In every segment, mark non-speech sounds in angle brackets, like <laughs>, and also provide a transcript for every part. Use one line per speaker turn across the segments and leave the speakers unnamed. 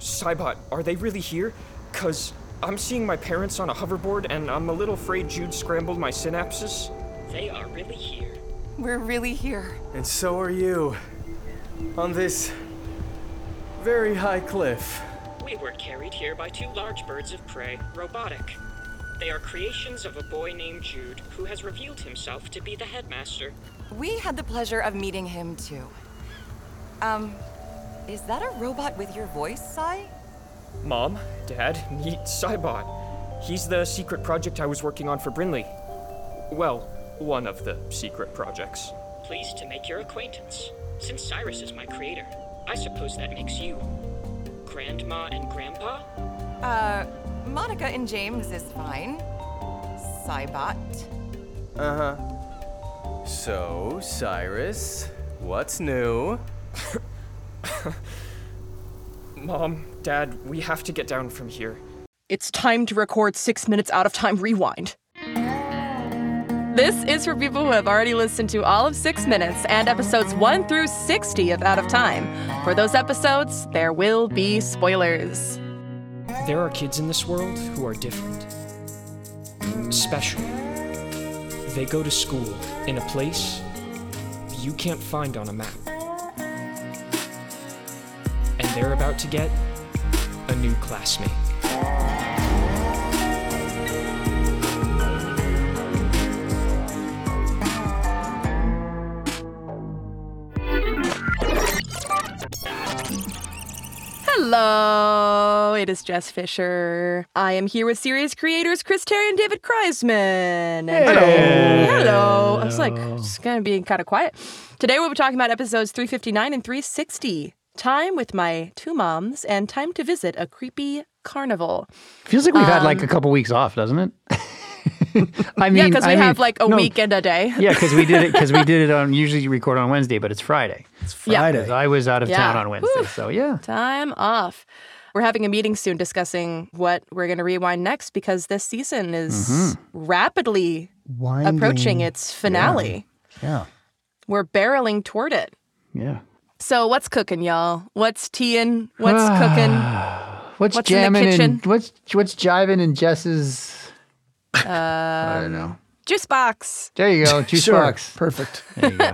Cybot, are they really here? Cause I'm seeing my parents on a hoverboard and I'm a little afraid Jude scrambled my synapses.
They are really here.
We're really here.
And so are you. On this very high cliff.
We were carried here by two large birds of prey, robotic. They are creations of a boy named Jude who has revealed himself to be the headmaster.
We had the pleasure of meeting him too. Um, is that a robot with your voice, Sai?
Mom, Dad, meet Cybot. He's the secret project I was working on for Brinley. Well, one of the secret projects.
Pleased to make your acquaintance. Since Cyrus is my creator, I suppose that makes you. Grandma and Grandpa?
Uh, Monica and James is fine. Cybot.
Uh huh. So, Cyrus, what's new?
Mom, Dad, we have to get down from here.
It's time to record six minutes out of time rewind. This is for people who have already listened to all of six minutes and episodes one through 60 of Out of Time. For those episodes, there will be spoilers.
There are kids in this world who are different, special. They go to school in a place you can't find on a map and they're about to get a new classmate.
Hello, Oh, it is Jess Fisher. I am here with series creators Chris Terry and David Kreisman. Hello. Hello. I was like, it's going to be kind of quiet. Today we'll be talking about episodes 359 and 360. Time with my two moms and time to visit a creepy carnival.
Feels like we've had like a couple weeks off,
<laughs>
doesn't it? I mean,
Um, yeah, because we
I
have
mean-
like a
no,
week and a day.
Yeah, because we did it
<laughs>
because we did it on usually you record on Wednesday, but it's Friday.
Yeah.
'Cause I was out of town
Yeah.
on Wednesday, so yeah.
Time off. We're having a meeting soon discussing what we're going to rewind next because this season is rapidly
Mm-hmm. Winding.
approaching its finale.
Yeah,
We're barreling toward it.
yeah.
So what's cooking, y'all? What's teeing?
<sighs>
What's cooking?
What's,
What's in the
jamming and
kitchen? Uh,
what's what's jiving in Jess's? I don't know.
Juice box.
There you go, juice
sure.
box.
Perfect.
There you go.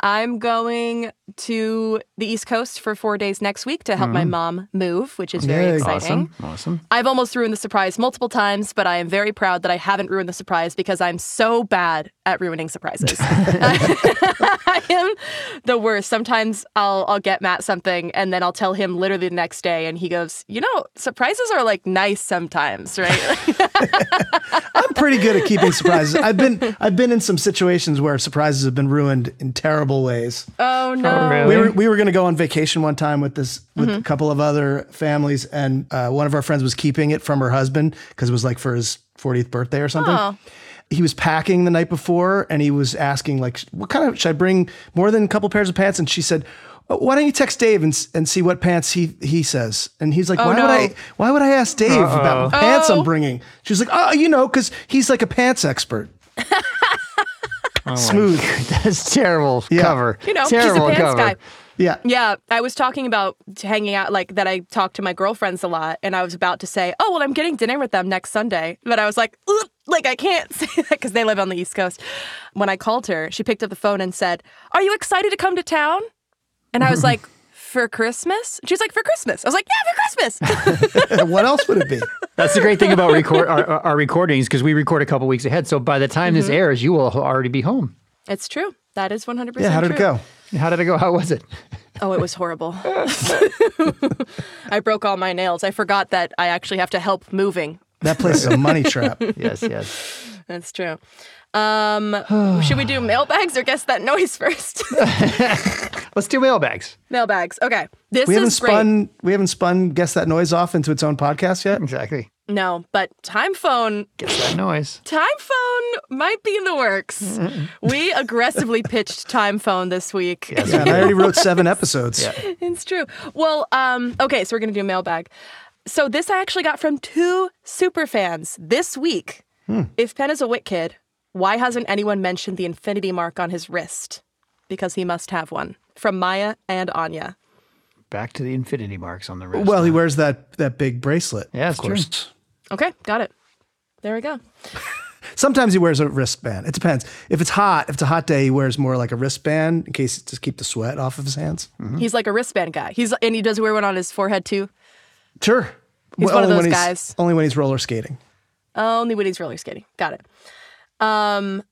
I'm going to the East Coast for four days next week to help my mom move, which is very
Yay.
exciting.
Mm-hmm. awesome, awesome.
I've almost ruined the surprise multiple times, but I am very proud that I haven't ruined the surprise because I'm so bad at ruining surprises. <laughs> I am the worst. Sometimes I'll I'll get Matt something and then I'll tell him literally the next day and he goes, "You know, surprises are like nice sometimes, right?" <laughs>
I'm pretty good at keeping surprises. I've been I've been in some situations where surprises have been ruined in terrible ways.
oh no.
really?
we were we were going to go on vacation one time with this with
Mm-hmm.
a couple of other families, and uh, one of our friends was keeping it from her husband because it was like for his 40th birthday or something.
Oh.
He was packing the night before, and he was asking like, "What kind of should I bring? More than a couple pairs of pants?" And she said. "Uh, Why don't you text Dave and, s- and see what pants he he says? And he's like,
Oh,
why
no. Oh.
would I why would I ask Dave about what pants I'm bringing? She's like, oh, you know, because he's like a
<laughs>
pants expert. Smooth,
<laughs>
Oh
That's terrible cover.
You know, he's a
terrible
pants
cover.
guy. <laughs>
yeah.
Yeah, I was talking about hanging out, like that I talk to my girlfriends a lot, and I was about to say, oh, well, I'm getting dinner with them next Sunday. But I was like, "Ugh," like, I can't <laughs> say that because they live on the East Coast. When I called her, she picked up the phone and said, Are you excited to come to town? And I was like, For Christmas? She was like, For Christmas. I was like, Yeah, for Christmas.
what else would it be?
That's the great thing
<laughs>
about record our, our- our recordings because we record a couple weeks ahead. So by the time
Mm-hmm.
this airs, you will already be home.
it's true. That is 100%
Yeah, how did it
true.
go?
How did it go? How was it?
Oh, it was
<laughs>
horrible. <laughs> I broke all my nails. I forgot that I actually have to help moving <laughs>
<laughs>
That place is a money trap.
Yes, yes.
That's true. Um, <sighs> should we do mailbags or guess that noise <laughs> first?
Let's do mailbags.
mailbags. Okay. This
We haven't
is great.
spun. We haven't spun. Guess that noise off into its own podcast yet.
Exactly.
No, but time phone
Gets that noise.
Time phone might be in the works.
<laughs>
we aggressively pitched time phone this week.
Yeah, and I already wrote seven episodes.
<laughs> It's true. Well, um, okay, so we're gonna do a mailbag. So this I actually got from two super fans this week.
Hmm.
If Penn is a wit kid, why hasn't anyone mentioned the infinity mark on his wrist? Because he must have one. From Maya and Anya.
Back to the infinity marks on the wrist.
Well, he wears that that big bracelet.
Yeah, it's
of course.
Okay, got it. There we go.
Sometimes he wears a wristband. It depends. If it's hot, if it's a hot day, he wears more like a wristband in case to keep the sweat off of his hands.
He's like a wristband guy. He's and he does wear one on his forehead too.
Sure.
He's
Well,
one of
only when
those
he's-
guys.
Only when he's roller skating.
Only when he's roller skating. Got it. Um,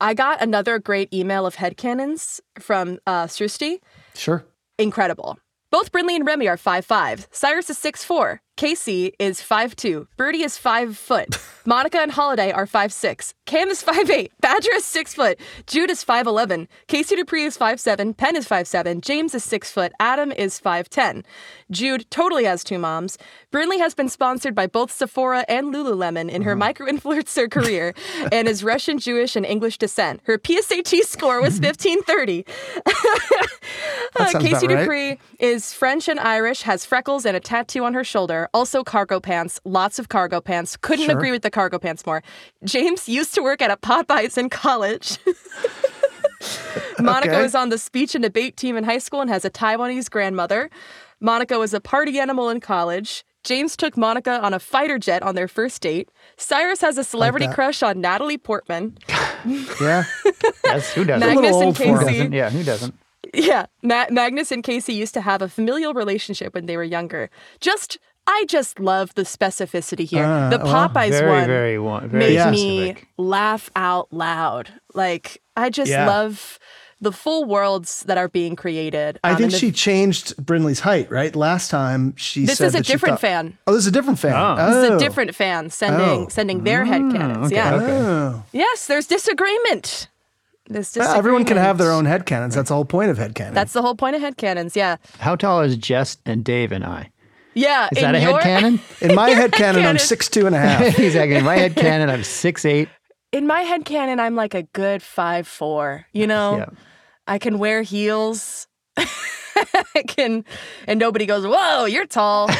I got another great email of headcanons from uh, Srusti.
Sure.
Incredible. Both Brinley and Remy are five five. Cyrus is six four. Casey is five two. Birdie is five foot. Monica and Holiday are five six. Cam is five eight. Badger is six foot. Jude is five eleven. Casey Dupree is five seven. Penn is five seven. James is six foot. Adam is five ten. Jude totally has two moms. Brinley has been sponsored by both Sephora and Lululemon in her micro influencer career, and is Russian Jewish and English descent. Her PSAT score was fifteen thirty.
That sounds
Uh, Casey
about right.
Dupree is French and Irish, has freckles and a tattoo on her shoulder. Also, cargo pants, lots of cargo pants. Couldn't agree with the cargo pants more. James used to work at a Popeyes in college. <laughs> Monica
Okay.
was on the speech and debate team in high school and has a Taiwanese grandmother. Monica was a party animal in college. James took Monica on a fighter jet on their first date. Cyrus has a celebrity
that.
crush on Natalie Portman. <laughs>
Yeah.
Yes, who doesn't?
Magnus
little
and
old for him,
Who
Casey.
doesn't? Yeah, who doesn't?
Yeah, Ma- Magnus and Casey used to have a familial relationship when they were younger. Just, I just love the specificity here.
Ah,
the
well,
Popeyes
very,
one
very one- very
made
Yeah.
me
specific.
laugh out loud. Like, I just
Yeah.
love the full worlds that are being created.
I
Um,
think
and the-
she changed Brinley's height, right? Last time she
This
said
is a
that she
different
thought-
fan.
Oh, this is a different fan. Oh.
This is a different fan sending
Oh.
sending their head headcanons.
okay,
yeah.
okay.
Oh.
Yes, there's disagreement. There's
Well,
disagreement.
Ah, everyone can have their own headcanons. That's the whole point of headcanon.
That's the whole point of headcanons. Yeah.
How tall is Jess and Dave and I?
Yeah.
Is that a head
your- <laughs>
cannon?
In my headcanon, I'm
headcanon.
six two and a
<laughs>
half.
exactly. In my head cannon, I'm six eight.
in my head canon, I'm like a good five four. You know,
Yeah.
I can wear heels. <laughs> I can, and nobody goes, "Whoa, you're
<laughs>
tall,"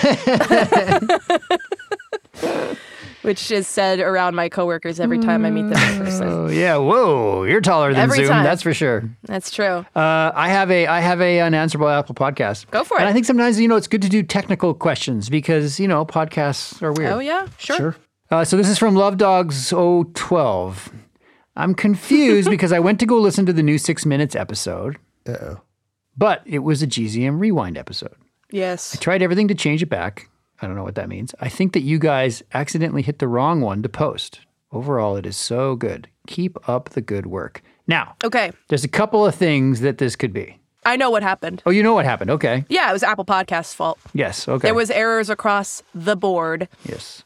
which is said around my coworkers every time I meet them in person.
Oh yeah. Whoa, you're taller than
Every
Zoom.
time.
That's for sure.
That's true.
Uh, I have a I have a unanswerable Apple podcast.
Go for
And
it.
I think sometimes you know it's good to do technical questions because you know podcasts are weird.
Oh yeah, sure.
Uh, so this is from Love Dogs 012.
<laughs>
I'm confused because I went to go listen to the new Six Minutes episode,
Uh-oh.
but it was a GZM Rewind episode.
Yes.
Tried everything to change it back. I don't know what that means. I think that you guys accidentally hit the wrong one to post. Overall, it is so good. Keep up the good work. Now,
Okay,
there's a couple of things that this could be.
I know what happened.
Oh, you know what happened. Okay.
Yeah, it was Apple Podcast's fault.
Yes. Okay.
There was errors across the board.
Yes.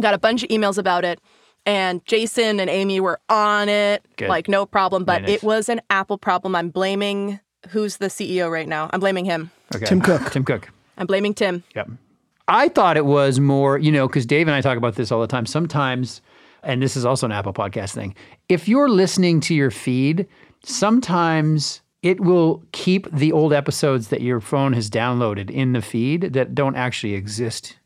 got a bunch of emails about it and jason and amy were on it
Good.
like no problem but
Very
it
nice.
was an apple problem i'm blaming who's the ceo right now i'm blaming him
Okay.
Tim Cook.
Tim Cook.
i'm blaming tim
Yep. I thought it was more, you know, because Dave and I talk about this all the time. Sometimes, and this is also an Apple podcast thing, if you're listening to your feed, sometimes it will keep the old episodes that your phone has downloaded in the feed that don't actually exist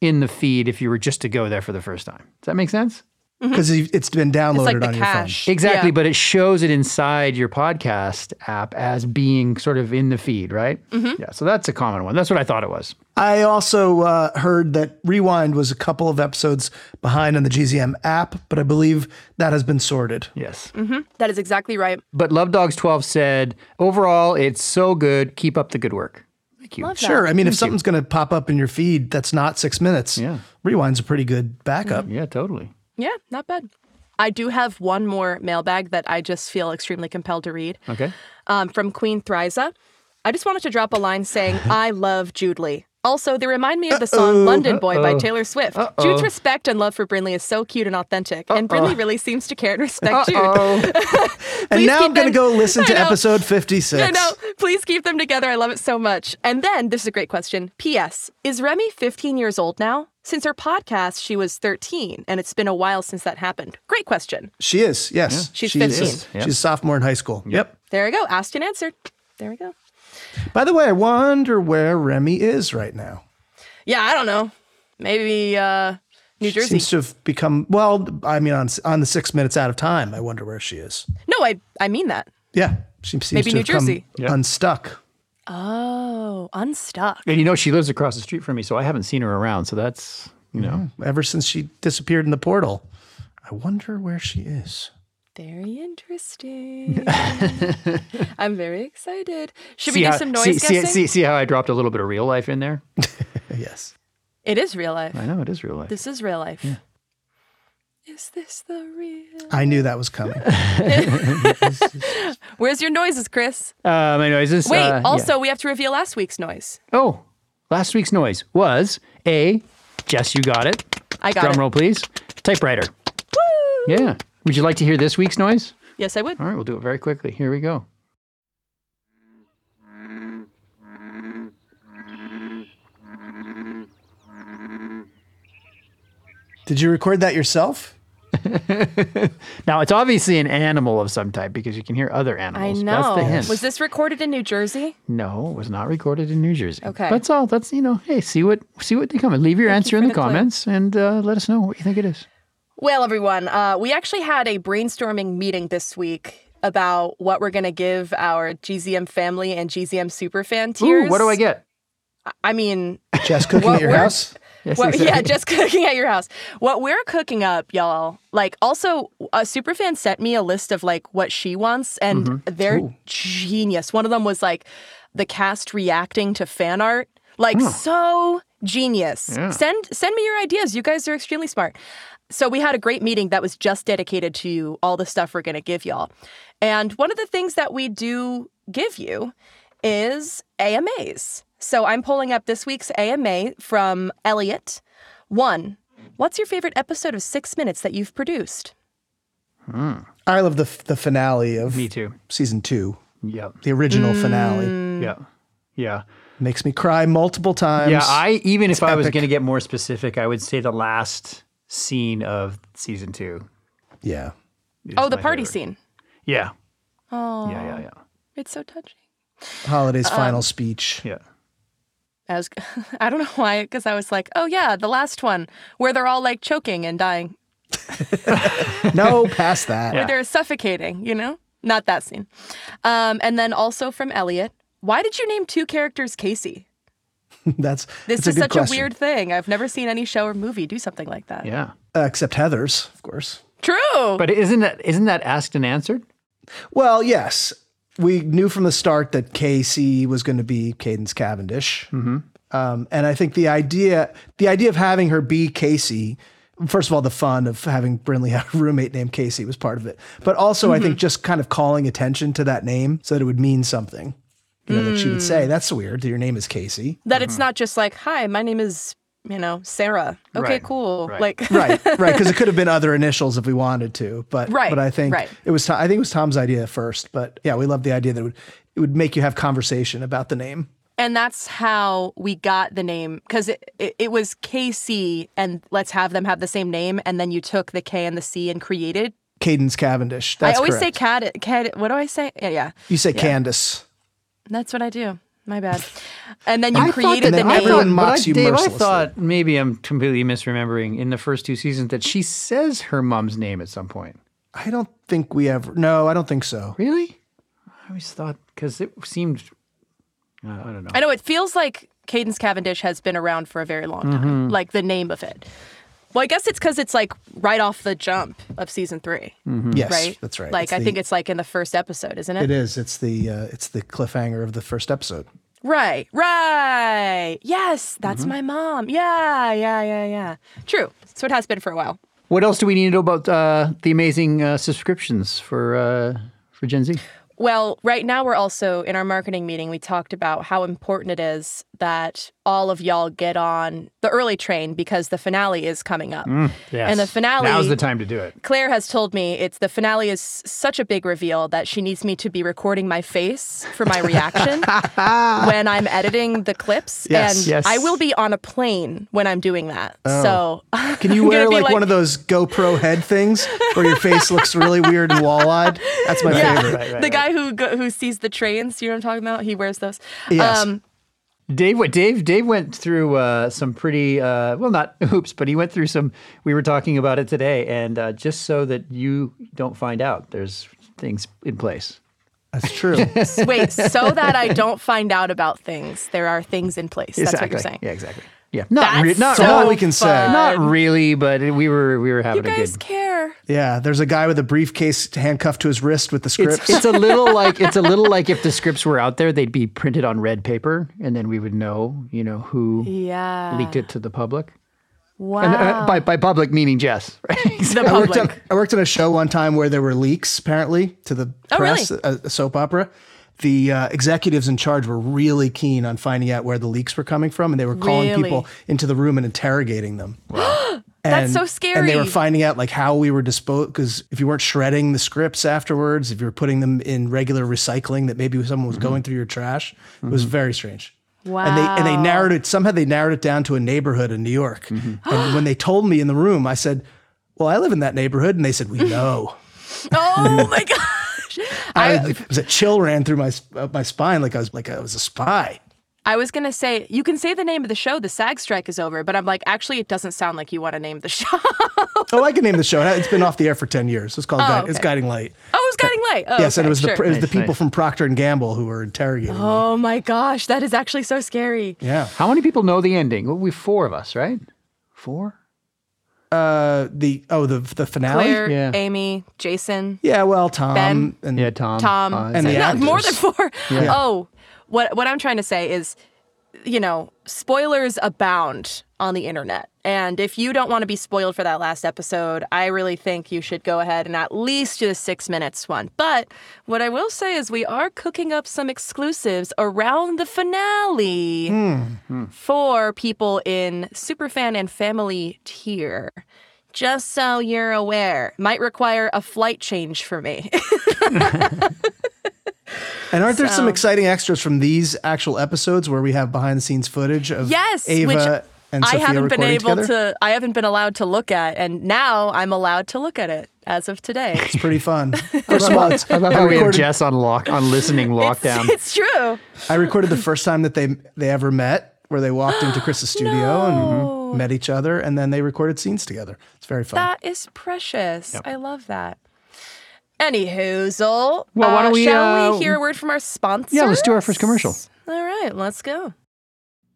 in the feed if you were just to go there for the first time. Does that make sense?
Because Mm-hmm. it's been downloaded
it's like the
on
cash
Exactly,
Yeah.
but it shows it inside your podcast app as being sort of in the feed, right? Yeah, so that's a common one. That's what I thought it was.
your phone. I also uh, heard that Rewind was a couple of episodes behind on the GZM app, but I believe that has been sorted.
Yes.
that is exactly right
But Love Dogs 12 said, overall, it's so good. Keep up the good work. Thank you.
Sure. I mean, if something's going to pop up in your feed that's not six minutes,
Yeah. Mm-hmm.
Rewind's a pretty good backup.
Yeah, totally.
yeah not bad i do have one more mailbag that i just feel extremely compelled to read
Okay.
<laughs>
um, from queen thryza i just wanted to drop a line saying i love jude lee Also, they remind me of the song London Boy by Taylor Swift. Jude's respect and love for Brinley is so cute and authentic, and Brinley really seems to care and respect Jude.
and
<laughs> Please
now
keep
I'm going to
them-
go listen
I
to
know.
episode 56.
I know. Please keep them together. I love it so much. And then, this is a great question. P.S. Is Remy 15 years old now? Since her podcast, she was 13, and it's been a while since that happened. Great question.
She is, yes.
She's
She
15.
is. She's a sophomore in high school. Yep.
There we go. Asked and answered. There we go.
By the way, I wonder where Remy is right now.
Yeah, I don't know. Maybe uh, New Jersey.
Seems to have become, well, I mean, on, on the six minutes out of time, I wonder where she is.
no, I, I mean that.
Yeah. She seems
Maybe
to
New
have come
Jersey.
unstuck.
Oh, unstuck.
And you know, she lives across the street from me, so I haven't seen her around. So that's, you know,
ever since she disappeared in the portal. I wonder where she is.
Very
<laughs>
interesting. I'm very excited. Should we
see
do
how-
some noise
see, see-
guessing?
see- see how I dropped a little bit of real life in there?
Yes.
It is real life.
I know it is real life.
This is real life. Is this the real?
I knew that was
<laughs>
coming.
Where's your noises, Chris?
Um, anyways, this,
Wait,
uh, yeah.
also, we have to reveal last week's noise.
Oh, last week's noise was a Jess, you got it.
I got
Drum
it.
roll, please. Typewriter. Woo! Yeah. Would you like to hear this week's noise?
Yes, I would.
All right, we'll do it very quickly. Here we go.
Did you record that yourself?
Now, it's obviously an animal of some type because you can hear other
I
animals.
know.
That's the hint.
Was this recorded in New Jersey?
No, it was not recorded in New Jersey.
Okay.
That's all. That's you know, hey, see what see what they comment. Leave your
Thank
answer
you
in
for
the,
the clue.
comments and uh, let us know what you think it is.
Well, everyone, uh, we actually had a brainstorming meeting this week about what we're going to give our GZM family and GZM superfan tiers.
Ooh, what do I get?
I mean,
Jess cooking
What
at your
were-
house?
<laughs> Yes,
Well,
exactly.
yeah, just <laughs> cooking at your house. What we're cooking up, y'all. Like, also, a super fan sent me a list of like what she wants, and they're genius. One of them was like the cast reacting to fan art. Like, so genius. Send send me your ideas. You guys are extremely smart. So we had a great meeting that was just dedicated to all the stuff we're gonna give y'all. And one of the things that we do give you is AMAs. So I'm pulling up this week's AMA from Elliot. One, what's your favorite episode of Six Minutes that you've produced?
I love the the finale of
Me too.
season two,
Yep.
the original
Mm.
finale.
Yeah. Yeah.
Makes me cry multiple times.
Yeah. I even if I was
epic.
going to get more specific, I would say the last scene of season two.
yeah.
is
oh, the
my
party
favorite.
scene.
Yeah. Oh. Yeah. Yeah. Yeah.
It's so touching.
Holiday's
Um,
final speech.
Yeah.
I was, <laughs> I don't know why, because I was like, oh yeah, the last one where they're all like choking and dying,
No, past that.
where they're suffocating. You know, not that scene. Um, and then also from Elliot, why did you name two characters Casey?
<laughs> That's
This
that's a
is
good
such
question.
a weird thing. I've never seen any show or movie do something like that.
Yeah.
uh, except Heather's, of course.
True.
But isn't that isn't that asked and answered?
Well, yes. We knew from the start that KC was going to be Cadence Cavendish.
Mm-hmm.
Um, and I think the idea, the idea of having her be Casey, first of all, the fun of having Brinley have a roommate named Casey was part of it. But also, I
Mm-hmm.
think just kind of calling attention to that name so that it would mean something. You know, that she
Mm.
would say, that's weird. that Your name is Casey.
that it's not just like, hi, my name is, you know, Sarah. Okay,
Right,
cool.
right.
Like, <laughs>
right, right. Because it could have been other initials if we wanted to, but
Right,
But I think
right.
it was. Tom- I think it was Tom's idea first, but yeah, we love the idea that it would it would make you have conversation about the name.
and that's how we got the name because it, it, it was KC and let's have them have the same name. And then you took the K and the C and created.
Cadence Cavendish. That's
I always
correct.
say cat, cat. What do I say? Yeah, yeah.
you say Candace.
That's what I do. My bad. And then you
I thought
created
that
the
I
name.
thought- Everyone
but
mocks
I,
you
Dave, I
mercilessly.
thought maybe I'm completely misremembering in the first two seasons that she says her mom's name at some point.
I don't think we ever. No, I don't think so.
Really? I always thought because it seemed. Uh, I don't know.
I know it feels like Cadence Cavendish has been around for a very long time,
Mm-hmm.
like the name of it. Well, I guess it's because it's like right off the jump of season three.
Mm-hmm.
Yes,
right?
that's right.
Like
It's
I
the-
think it's like in the first episode, isn't it?
It is. It's the uh, it's the cliffhanger of the first episode.
Right, right. Yes,
Mm-hmm.
that's my mom. Yeah, yeah, yeah, yeah. True. So it has been for a while.
What else do we need to know about uh, the amazing uh, subscriptions for uh, for Gen Z?
Well, right now we're also in our marketing meeting. We talked about how important it is that all of y'all get on the early train because the finale is coming up.
Mm.
Yes.
And the finale
Now's the time to do it.
Claire has told me it's the finale is such a big reveal that she needs me to be recording my face for my
<laughs>
reaction when I'm editing the clips.
Yes, Oh.
and
yes.
I will be on a plane when I'm doing that. So <laughs>
Can you
I'm
wear
gonna be
like,
like-
one of those GoPro head things where your face looks really weird and wall-eyed? That's my favorite.
the guy who go, who sees the trains, you know what I'm talking about? He wears those. Um,
Yes.
Dave, what Dave, Dave went through uh, some pretty uh, well, not <laughs> hoops, but he went through some. We were talking about it today, and uh, just so that you don't find out, there's things in place.
That's
<laughs>
true.
Wait, so that I don't find out about things, there are things in place. That's what you're saying.
Yeah, exactly. Yeah, not
That's
re- not
so
all
not,
we can say.
fun.
not really, but we were we were
You
having a
guys
good.
care.
yeah, there's a guy with a briefcase handcuffed to his wrist with the scripts.
It's, it's a little like it's a little like if the scripts were out there, they'd be printed on red paper, and then we would know, you know, who
Yeah.
leaked it to the public.
Wow.
And, uh, <laughs> by by public meaning Jess, <laughs> right?
<laughs> the
I worked, on,
public.
I worked on a show one time where there were leaks, apparently, to the
Oh,
press,
really?
a, a soap opera. The uh, executives in charge were really keen on finding out where the leaks were coming from, and they were calling
Really?
people into the room and interrogating them.
That's
And-
so
And they were
scary.
finding out like how we were disposed because if you weren't shredding the scripts afterwards, if you were putting them in regular recycling, that maybe someone was going through your trash. It was very strange. And they and they
Wow.
narrowed it somehow they narrowed it down to a neighborhood in New York.
Mm-hmm.
And when they told me in the room, I said, "Well, I live in that neighborhood," and they said,
<laughs>
"We know."
<laughs>
Oh my gosh.
I,
I,
it was a chill ran through my sp- up my spine like I was like I was a spy.
I was going to say, you can say the name of the show, the SAG strike is over, but I'm like, actually, it doesn't sound like you want to name the <laughs> show. oh,
Oh, I can name the show. It's been off the air for ten years. It's called Guid- it's
okay.
Guiding Light.
it's Guiding Light. Oh,
yes, and
okay,
it was the
sure.
pr- it was the
Nice,
people
nice.
from Procter and Gamble who were interrogating. me.
Oh my gosh, that is actually so scary.
Yeah.
How many people know the ending? Well, we four of us, right? Four.
Uh, the oh the the finale.
Claire,
Yeah.
Amy, Jason, Um,
Yeah, well, Tom
Ben.
and
Yeah, Tom.
Tom,
Uh,
And the
no, more than <laughs>
actors.
four. Oh, what what I'm trying to say is, you know, spoilers abound on the internet, and if you don't want to be spoiled for that last episode, I really think you should go ahead and at least do the six minutes one. But what I will say is, we are cooking up some exclusives around the finale for people in superfan and family tier. Just so you're aware, might require a flight change for me.
and aren't there some exciting extras from these actual episodes where we have behind the scenes footage of
Yes,
Ava
which
and
I
Sophia
haven't been
recording
able
together?
to. I haven't been allowed to look at, and now I'm allowed to look at it as of
<laughs>
today.
It's
<laughs>
pretty fun. First of all, it's,
I love
I
how we have
recorded-
Jess on lock on listening lockdown.
It's true.
I recorded the first time that they they ever met, where they walked
<gasps>
into Chris's studio and met each other, and then they recorded scenes together. It's very fun.
That is precious. I love that. Anyhoozle,
Well, why don't we,
Shall
uh,
we hear a word from our sponsor?
Yeah, let's do our first commercial.
All right, let's go.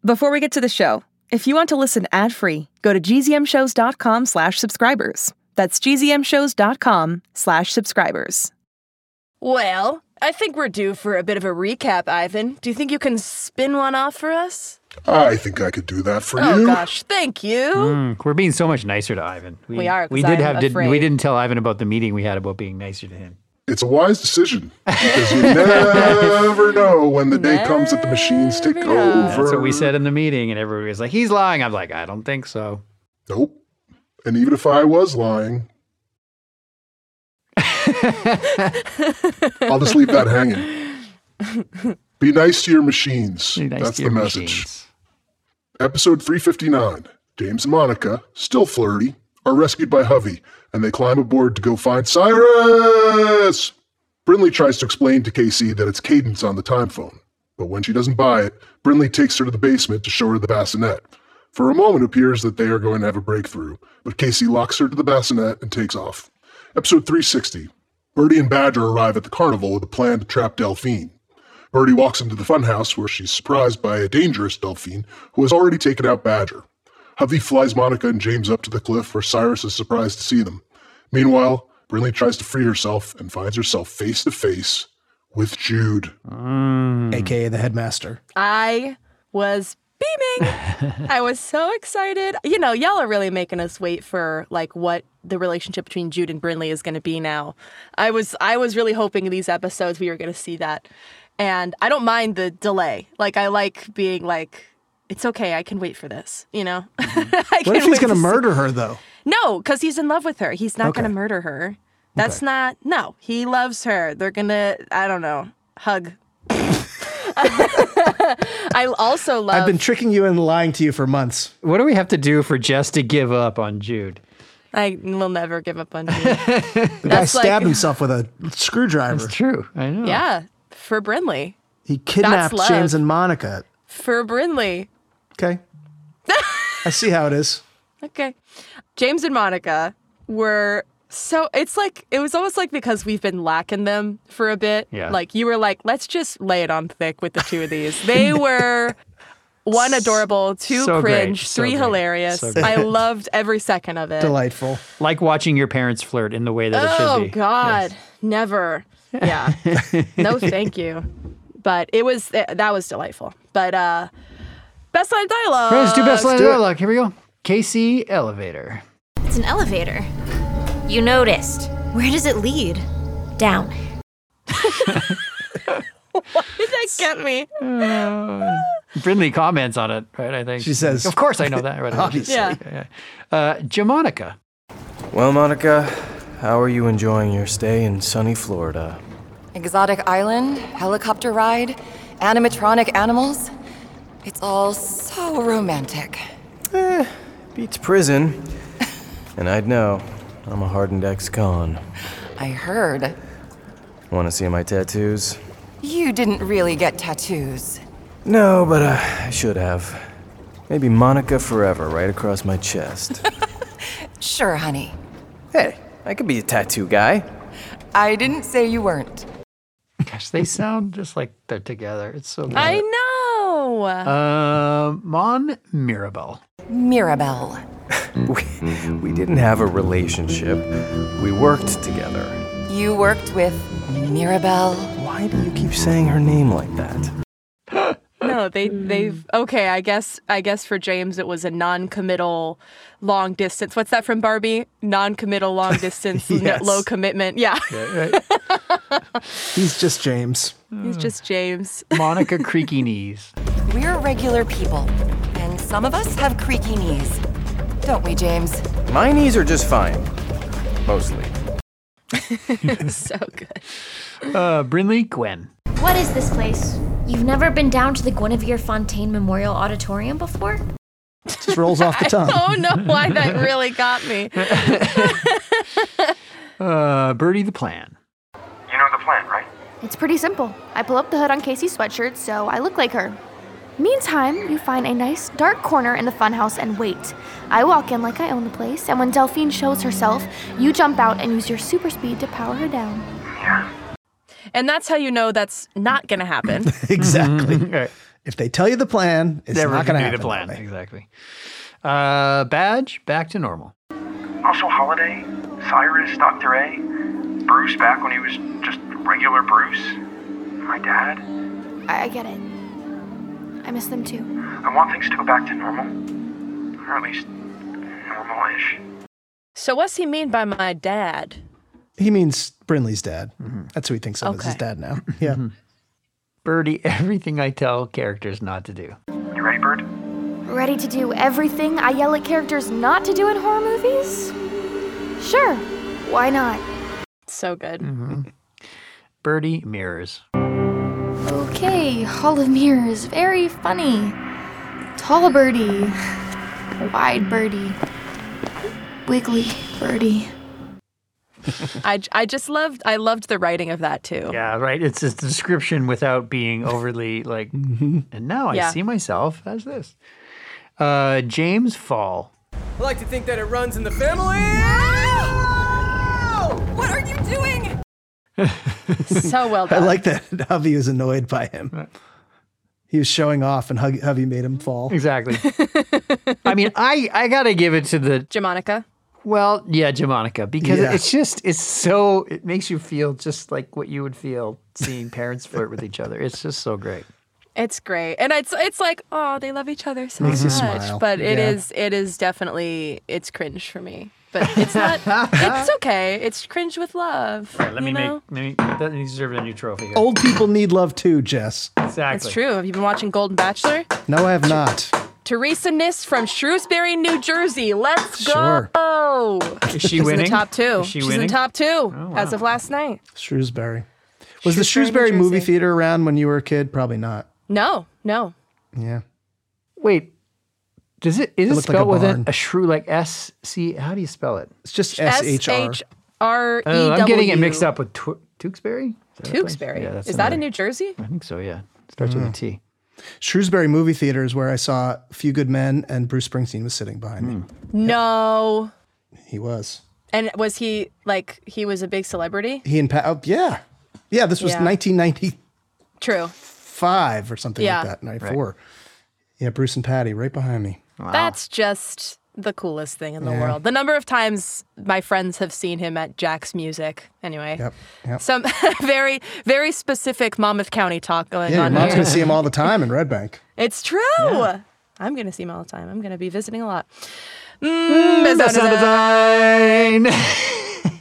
Before we get to the show, if you want to listen ad-free, go to gzmshows.com slash subscribers. That's gzmshows.com slash subscribers.
Well, I think we're due for a bit of a recap, Ivan. Do you think you can spin one off for us?
I think I could do that for
Oh
you.
gosh, thank you.
Mm, we're being so much nicer to Ivan.
We are,
We
'cause
did
I'm
have. Did, we
afraid.
didn't tell Ivan about the meeting we had about being nicer to him.
It's a wise decision
<laughs>
because you never know when the day comes that the machines take
Never know.
over.
That's what we said in the meeting, and everybody was like, "He's lying." I'm like, "I don't think so."
Nope. And even if I was
<laughs>
lying, I'll just leave that hanging. Be nice to your machines.
Be nice
That's the
to your
message.
machines.
Episode 359. James and Monica, still flirty, are rescued by Hovey, and they climb aboard to go find Cyrus! Brinley tries to explain to Casey that it's Cadence on the time phone, but when she doesn't buy it, Brinley takes her to the basement to show her the bassinet. For a moment, it appears that they are going to have a breakthrough, but Casey locks her to the bassinet and takes off. Episode 360. Birdie and Badger arrive at the carnival with a plan to trap Delphine. Birdie walks into the funhouse where she's surprised by a dangerous Delphine who has already taken out Badger. Hovey flies Monica and James up to the cliff where Cyrus is surprised to see them. Meanwhile, Brinley tries to free herself and finds herself face to face with Jude.
AKA
<laughs>
the headmaster.
I was
<laughs>
beaming. I was so excited. You know, y'all are really making us wait for like what the relationship between Jude and Brinley is going to be now. I was I was really hoping in these episodes we were going to see that. And I don't mind the delay. Like I like being like it's okay. I can wait for this. You know, <laughs>
What if he's going to murder her though?
No, because he's in love with her. He's not going to
Okay.
murder her. That's not. No, he loves her. They're gonna. I don't know. Hug. <laughs> I also love.
I've been tricking you and lying to you for months.
What do we have to do for Jess to give up on Jude?
I will never give up on you.
<laughs> The guy
That's like- <laughs>
stabbed himself with a screwdriver.
True, I know.
yeah, for Brinley.
He kidnapped
love.
James and Monica.
For Brinley. <laughs>
Okay. I see how it is.
Okay. James and Monica were so it's like it was almost like because we've been lacking them for a bit.
Yeah.
Like you were like, let's just lay it on thick with the two of these.
<laughs>
They were one adorable, two
So great.
cringe,
So
three
great.
hilarious.
So
I loved every second of it.
Delightful.
Like watching your parents flirt in the way that it
Oh
should be.
God,
<laughs>
never. Yeah. no, thank you. But it was eh, that was delightful. But uh best line of dialogue.
Friends, do best line
do it.
dialogue. Here we go. KC elevator.
It's an elevator. You noticed. Where does it lead? Down.
Did that get me? Oh.
Brindley comments on it, right? I think
She says-
"Of course, I know that."
<laughs>
Right?
Obviously.
Yeah.
Uh, Jamonica.
Well, Monica, how are you enjoying your stay in sunny Florida?
Exotic island, helicopter ride, animatronic animals. It's all so romantic.
Beats prison. <laughs> and I'd know. I'm a hardened ex con.
I heard
Want to see my tattoos?
you didn't really get tattoos.
No, but uh, I should have. Maybe Monica Forever right across my chest.
Sure, honey.
<laughs> hey, I could be a tattoo guy.
I didn't say you weren't.
Gosh, they sound just like they're together. It's so. Good.
I know.
Um, Mon Mirabel.
Mirabelle.
We, we didn't have a relationship, we worked together.
You worked with Mirabelle.
Why do you keep saying her name like that?
<laughs>
No, they they've
Hmm.
okay. I guess I guess for James it was a non-committal long distance. What's that from Barbie? Non-committal
<laughs>
long distance, n-
Yes.
low commitment. Yeah,
He's just James.
<laughs>
<laughs>
he's just James.
Oh.
Monica Creaky Knees.
We're regular people, and some of us have creaky knees. Don't we, James?
My knees are just fine. Mostly.
so good.
Uh, Brinley Gwen.
What is this place? You've never been down to the Guinevere Fontaine Memorial Auditorium before?
Just rolls off the
<laughs>
tongue.
<laughs> Oh no, why
<laughs>
that really got me.
Uh, Birdie the <laughs> Plan.
You know the plan, right?
It's pretty simple. I pull up the hood on Casey's sweatshirt so I look like her. Meantime, you find a nice dark corner in the funhouse and wait. I walk in like I own the place, and when Delphine shows herself, you jump out and use your super speed to power her down.
And that's how you know that's not gonna
<laughs>
happen.
exactly. If they tell you the plan, it's
Mm-hmm. Never
not going to
gonna be
happen.
the plan.
that way.
Exactly. Uh, badge back to normal.
Also, Holiday, Cyrus, Dr. A, Bruce back when he was just regular Bruce, my dad.
I, I get it. I miss them too.
I want things to go back to normal. Or at least normal ish.
so what's he mean by my dad?
He means Brinley's dad.
Mm-hmm.
That's who he thinks of as his
Okay.
dad now. <laughs> Yeah.
Birdie, <laughs> everything I tell characters not to do.
You ready, Bird?
Ready to do everything I yell at characters not to do in horror movies? Sure, why not?
So good.
Mm.
Birdie mirrors.
Okay, Hall of Mirrors, very funny. Tall birdie, wide birdie, wiggly birdie.
I, j- I just loved I loved the writing of that too.
Yeah, right. It's just a description without being overly <laughs> like. And now I
Yeah.
see myself as this. Uh, James Fall.
I like to think that it runs in the family.
What are you doing?
So well
<laughs> I
done.
like that Hovey was annoyed by him. He was showing off, and Hug- Hovey made him fall.
Exactly. <laughs> I mean, I I gotta give it to the
Jamonica.
well, yeah, Jamonica, because
Yeah.
it's just it's so it makes you feel just like what you would feel seeing parents flirt with each other. It's just so great.
It's great, and it's it's like oh, they love each other so
Makes you
much,
smile.
but it
Yeah.
is it is definitely it's cringe for me. but it's not. it's okay. It's cringe with love.
All right, let me
you know?
make. Let me. That needs to serve a new trophy. Here.
Old people need love too, Jess.
Exactly.
It's true. Have you been watching Golden Bachelor?
No, I have not.
Teresa Nis from Shrewsbury, New Jersey. Let's
Sure.
go.
Is she
She's in the
winning?
top two.
Is she
She's in
winning?
the top two
Oh,
as of last night.
Shrewsbury. Was the Shrewsbury movie theater around when you were a kid? Probably not.
No, no.
Yeah.
Wait. Does it is
It
it,
looked like a
spelled with an-
barn.
a shrew like S C? How do you spell it?
It's just
S H R E
Oh, I'm getting it
W.
mixed up with Tw- Tewksbury. Is that a place?
Tewksbury.
Yeah, that's
Is that
another-
in New Jersey?
I think so. Yeah. Starts with a
Mm.
T.
Shrewsbury movie theater is where I saw Few Good Men and Bruce Springsteen was sitting behind
Hmm.
me.
No.
He was.
And was he like he was a big celebrity?
He and Pat. Oh, yeah. Yeah, this was
Yeah.
1995
True.
or something
Yeah.
like that, 94. Yeah, Bruce and Patty right behind me.
That's just the coolest thing in the
Yeah.
world. The number of times my friends have seen him at Jack's Music. Anyway.
Yep. yep.
Some <laughs> very, very specific Monmouth County talk going
yeah, your
on.
mom's
here.
going to see him all the time in
<laughs>
Red Bank.
It's true. I'm going to see him all the time. I'm going to be visiting a lot.
Mm,
Mm, best
best
sound
sound design.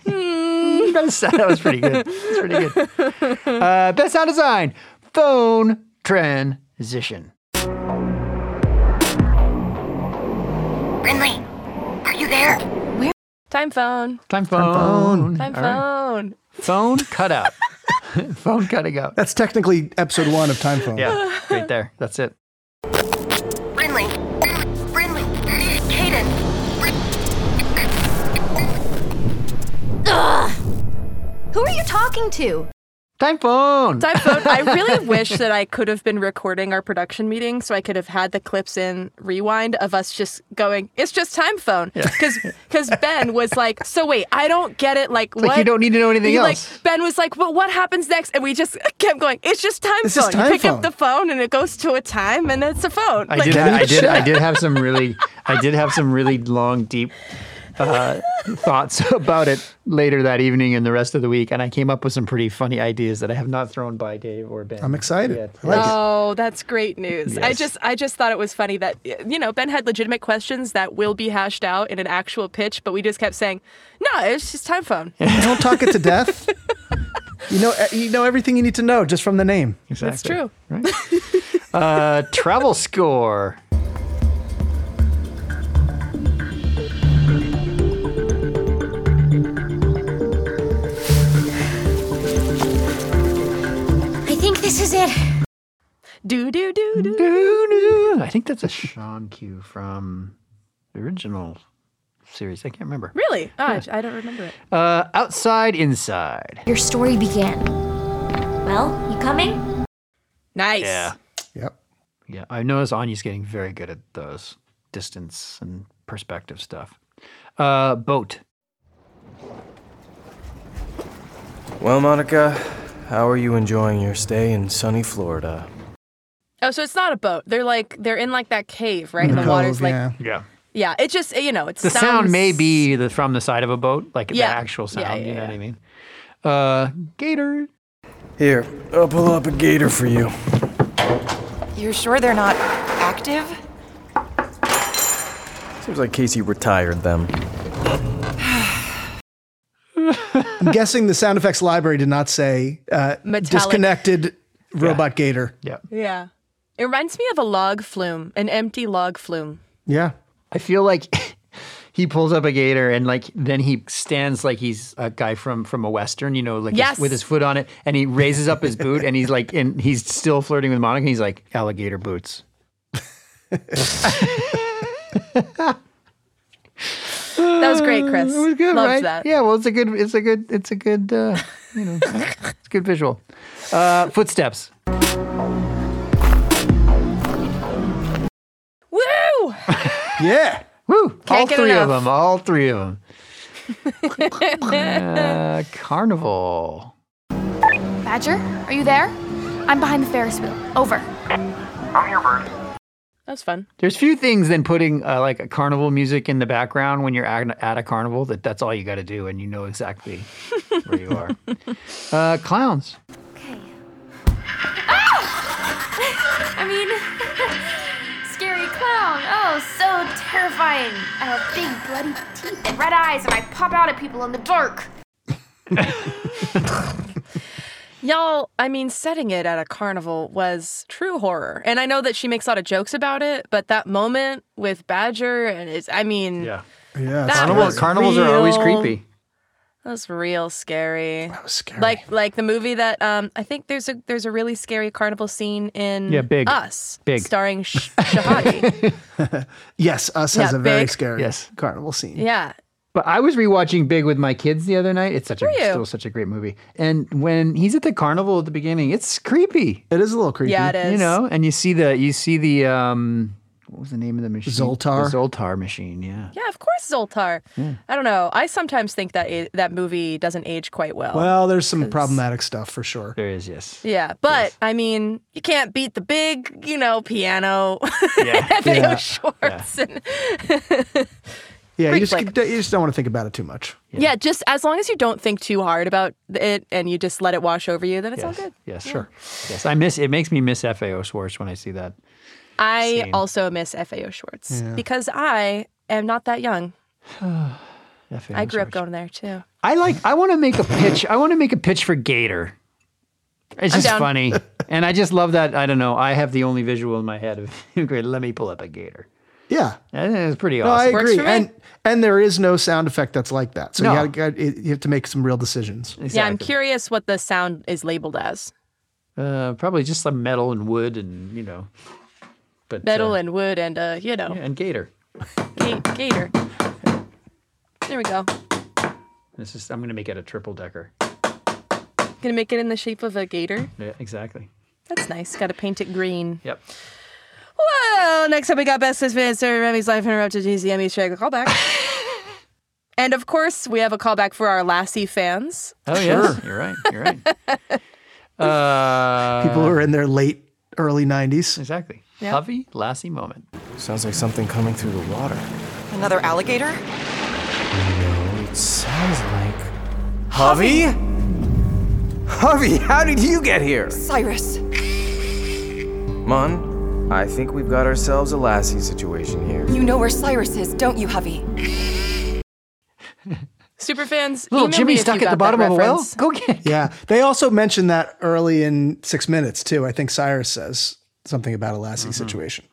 Hmm.
Best sound- <laughs> that was pretty good.
It's
pretty good. Uh, best sound design. Phone transition.
Brinley, are you there? Where? Time phone.
Time phone.
Time
All right.
phone.
Phone cutout. <laughs> phone cutting out.
That's technically episode one of Time Phone.
Yeah, right there. That's it.
Brinley. Brinley. Caden. Brin- Ugh. Who are you talking to?
Time phone.
Time phone. I really wish that I could have been recording our production meeting so I could have had the clips in rewind of us just going, it's just time phone. Because Ben was like, so wait, I don't get it. Like,
It's
what?
like you don't need to know anything
He, like,
else.
ben was like, well, what happens next? And we just kept going, it's just time
It's
phone.
just time
you pick
phone.
up the phone and it goes to a time and it's a phone.
I
Like,
did. I
<laughs>
did. I did have some really. I did have some really long, deep uh, thoughts <laughs> about it later that evening and the rest of the week, and I came up with some pretty funny ideas that I have not thrown by Dave or Ben.
I'm excited.
yet.
I like it.
oh, that's great news. I
Yes.
just I just thought it was funny that you know, Ben had legitimate questions that will be hashed out in an actual pitch, but we just kept saying, "No, it's just time phone."
Don't talk it
<laughs>
to death. You know, eh, you know everything you need to know just from the name.
Exactly.
That's true.
<laughs> Uh,
<laughs>
travel score.
I think this is it.
Do do do do
do. I think that's a Sean cue from the original series. I can't remember.
Really? Oh, I- I don't remember it.
Uh, outside, inside.
Your story began. Well, you coming?
Nice.
Yeah.
Yep.
Yeah. I noticed Anya's getting very good at those distance and perspective stuff. Uh, boat.
Well, Monica, how are you enjoying your stay in sunny Florida?
Oh, so it's not a boat. They're like they're in like that cave, right? And the
Mhm.
water's like
yeah.
Yeah.
Yeah, it just you know, it's
The sound may be the, from the side of a boat, like
Yeah.
the actual
Yeah,
sound.
yeah,
you know what
yeah.
I mean? Uh, gator.
Here, I'll pull up a gator for you.
You're sure they're not active?
Seems like Casey retired them.
I'm guessing the sound effects library did not say uh,
Metallic.
disconnected robot gator.
Yep.
Yeah. It reminds me of a log flume, an empty log flume.
Yeah.
I feel like <laughs> he pulls up a gator and like then he stands like he's a guy from from a western, you know, like his-
Yes.
with his foot on it, and he raises up his boot and he's like, and he's still flirting with Monica. He's like alligator boots.
That was great, Chris.
It was good,
Loved
right?
that.
Yeah, well, it's a good, it's a good, it's a good, uh, you know, it's a good visual. Uh, footsteps.
Woo!
Yeah.
Woo! all
Can't get
three
enough.
of them. All three of
<laughs>
them. Uh, carnival.
Badger, are you there? I'm behind the Ferris wheel. Over.
I'm here, Bird.
That's fun.
There's few things than putting uh, like a carnival music in the background when you're at, at a carnival that that's all you got to do and you know exactly where you
<laughs>
are. Uh, clowns.
Ah! <laughs> I mean, <laughs> scary clown. Oh, so terrifying. I have big bloody teeth and red eyes, and I pop out at people in the dark.
Y'all, I mean, setting it at a carnival was true horror. And I know that she makes a lot of jokes about it, but that moment with Badger and it's, I mean, yeah.
Yeah.
That
Carnival-
was
carnivals are always
real.
creepy.
That was real scary. That was
scary.
Like like the movie that um I think there's a there's a really scary carnival scene in
Yeah, Big.
Us.
Big.
Starring Sh-
Yes, Us
Yeah,
has a very
big.
scary
Yes.
carnival scene.
Yeah.
But I was rewatching Big with my kids the other night. It's such a
Were you?
still such a great movie. And when he's at the carnival at the beginning, it's creepy.
It is a little creepy.
Yeah, it
You
is.
know, and you see the you see the um what was the name of the machine?
Zoltar.
The Zoltar machine, yeah.
Yeah, of course Zoltar. I don't know. I sometimes think that a- that movie doesn't age quite well.
Well, there's some problematic stuff for sure.
There is, yes.
yeah, but I mean, you can't beat the big, you know, piano. <laughs> Yeah. Theo
Yeah.
Schwartz. And,
Yeah, you
Freak
just,
flick.
you just don't want to think about it too much.
yeah. just as long as you don't think too hard about it and you just let it wash over you, then it's all good.
Yes, sure. Yes. I miss it makes me miss FAO Schwartz when I see that.
I
Same.
also miss FAO Schwartz
Yeah.
because I am not that young.
<sighs> FAO
I grew up going there too.
I like. I want to make a pitch. I want to make a pitch for Gator. It's
I'm
just
down.
funny, and I just love that. I don't know. I have the only visual in my head of. <laughs> Great. Let me pull up a Gator. Eh,
Yeah.
It's pretty
No, I
awesome.
agree. And and there is no sound effect that's like that. So
No.
you, gotta- gotta, you have to make some real decisions.
Yeah, I'm curious what the sound is labeled as.
uh, probably just some metal and wood and you know, but
Metal
uh,
and wood and uh, you know,
yeah, and Gator.
ga- gator. There we go.
This is. I'm gonna make it a triple decker.
Gonna make it in the shape of a gator.
Yeah, exactly.
That's nice. Gotta paint it green.
Yep.
Well, next up we got Best Advanced Sir Remy's Life Interrupted GZM Easter egg
<laughs>
callback. and of course, we have a callback for our Lassie fans.
Oh yeah, you're right. You're right. <laughs> Uh,
People who are in their late, early 90s.
Exactly.
Yeah.
Hovey Lassie moment.
Sounds like something coming through the water.
Another alligator?
No, it sounds like. Hovey? Hovey, how did you get here?
Cyrus.
Mon, I think we've got ourselves a lassie situation here.
You know where Cyrus is, don't you, Hovey?
Super fans.
Little
email
Jimmy
me if
stuck
you
at the
got that
bottom of a well?
reference.
Go get
Yeah. They also mentioned that early in six minutes, too. I think Cyrus says something about a Lassie
Mm-hmm.
situation.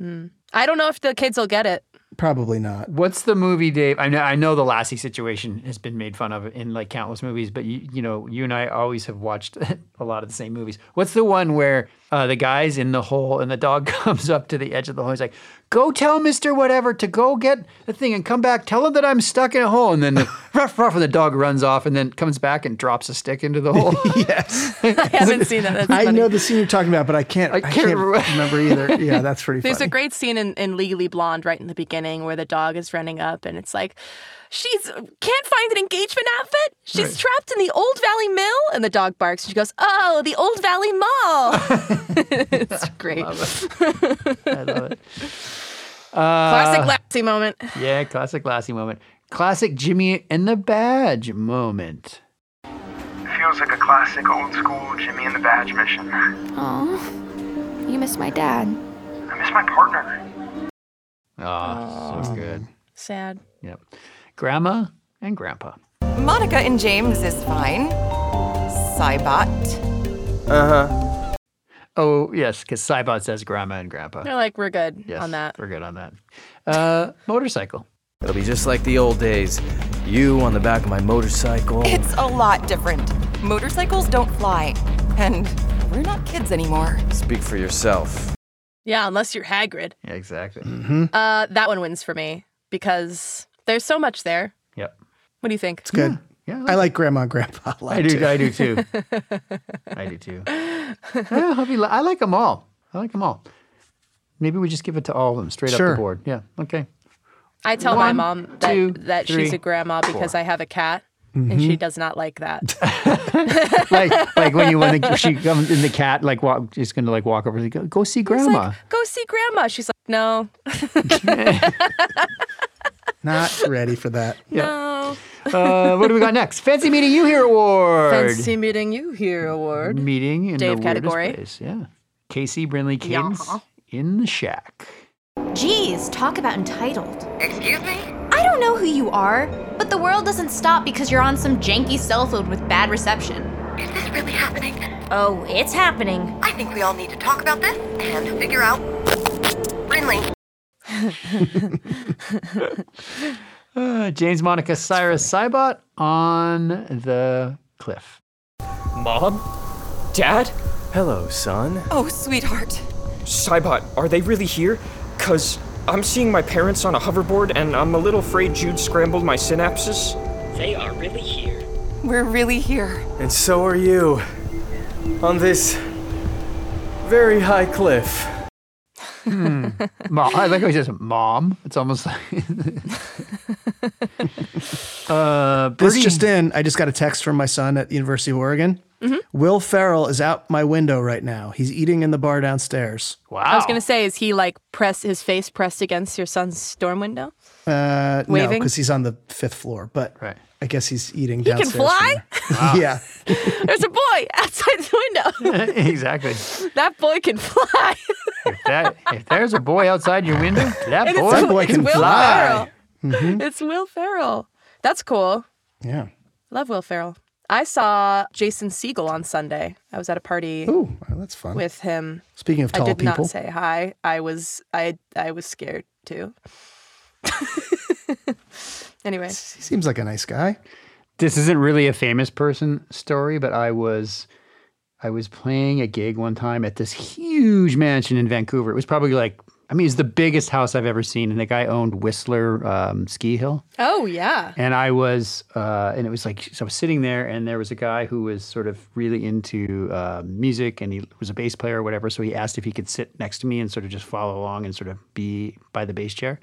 Mm. I don't know if the kids will get it. <laughs>
Probably not.
What's the movie, Dave? I know, I know the Lassie situation has been made fun of in like countless movies, but you, you know, you and I always have watched <laughs> a lot of the same movies. What's the one where uh, the guy's in the hole and the dog <laughs> comes up to the edge of the hole? He's like, "Go tell Mister Whatever to go get the thing and come back. Tell him that I'm stuck in a hole." And then the, ruff ruff, and the dog runs off and then comes back and drops a stick into the hole.
yes,
I haven't seen that. That's
I
funny.
know the scene you're talking about, but I can't, I
can't
can't,
remember.
remember either.
<laughs>
Yeah, that's pretty
There's
funny.
a great scene in, in Legally Blonde right in the beginning where the dog is running up and it's like, she's can't find an engagement outfit. She's
Right.
trapped in the Old Valley Mill. And the dog barks. She goes, Oh, the Old Valley Mall.
<laughs>
it's great. <laughs>
I love it. Uh,
Classic Lassie moment.
Yeah, classic Lassie moment. Classic Jimmy and the Badge moment.
Feels like a classic old school Jimmy and the Badge mission. I
Oh, you miss my dad.
miss my partner.
Ah, so good.
Sad.
Yep. Grandma and grandpa.
Monica and James is fine. Cybot.
Uh
Uh-huh.
huh. Oh, yes, because Cybot says grandma and grandpa.
They're like, We're good
Yes,
on that.
We're good on that. Uh, <laughs> motorcycle.
It'll be just like the old days. You on the back of my motorcycle.
It's a lot different. Motorcycles don't fly. And we're not kids anymore.
Speak for yourself.
Yeah, unless you're Hagrid.
Yeah, exactly. <clears throat>
Uh, that one wins for me because there's so much there.
Yep.
What do you think?
It's good.
Yeah,
I like Grandma and Grandpa. A lot
I do-
Too.
I do <laughs> too. I do too. Yeah, hubby, li- I like them all. I like them all. Maybe we just give it to all of them straight up
Sure.
the board. Yeah. Okay.
I tell my
One,
mom that,
two,
that she's
three,
a grandma because
four.
I have a cat and
Mhm.
she does not like that.
<laughs> like like when you when the, she comes in the cat like walk she's gonna like walk over and go go see grandma.
<laughs> Go see grandma. She's like, no,
Not ready for that.
no.
uh, what do we got next? Fancy meeting you
<laughs>
here award.
Fancy meeting you here award.
meeting in
Dave
the weirdest
category.
place. Yeah. Casey Brinley Cadence in the shack.
Geez, talk about entitled.
Excuse me?
I don't know who you are, but the world doesn't stop because you're on some janky cell phone with bad reception.
Is this really happening?
Oh, it's happening.
I think we all need to talk about this and figure out. Brinley.
Uh, James Monica Cyrus Cybot on the cliff.
Mom? Dad?
Hello, son.
Oh, sweetheart.
Cybot, are they really here? Cause I'm seeing my parents on a hoverboard and I'm a little afraid Jude scrambled my synapses.
They are really here.
We're really here.
And so are you. On this very high cliff.
Hmm. Mom, I like how he says "mom." It's almost like <laughs>
Uh, <laughs> this just in, I just got a text from my son at the University of Oregon.
Mhm.
Will Farrell is out my window right now. He's eating in the bar downstairs.
I was gonna say, is he like press his face pressed against your son's storm window?
Uh, no,
Waving?
because he's on the fifth floor, but I guess he's eating
He can
downstairs.
fly?
from there. <laughs> yeah,
<laughs> There's a boy <laughs> outside the
<laughs>
window.
<laughs> exactly.
That boy can fly.
If, that, if there's a boy outside your
<laughs>
window, that
And it's-
boy,
That boy it's can Will fly.
Mhm.
It's Will Ferrell. That's cool.
Yeah.
Love Will Ferrell. I saw Jason Siegel on Sunday. I was at a party.
Ooh, that's fun.
With him.
Speaking of
I
tall
did
people.
not say hi. I was I I was scared too. <laughs> anyway,
he seems like a nice guy.
This isn't really a famous person story, but I was I was playing a gig one time at this huge mansion in Vancouver. It was probably like I mean, it's the biggest house I've ever seen, and the guy owned Whistler um, Ski Hill.
oh yeah.
And I was, uh, and it was like, so I was sitting there, and there was a guy who was sort of really into uh, music, and he was a bass player or whatever. So he asked if he could sit next to me and sort of just follow along and sort of be by the bass chair.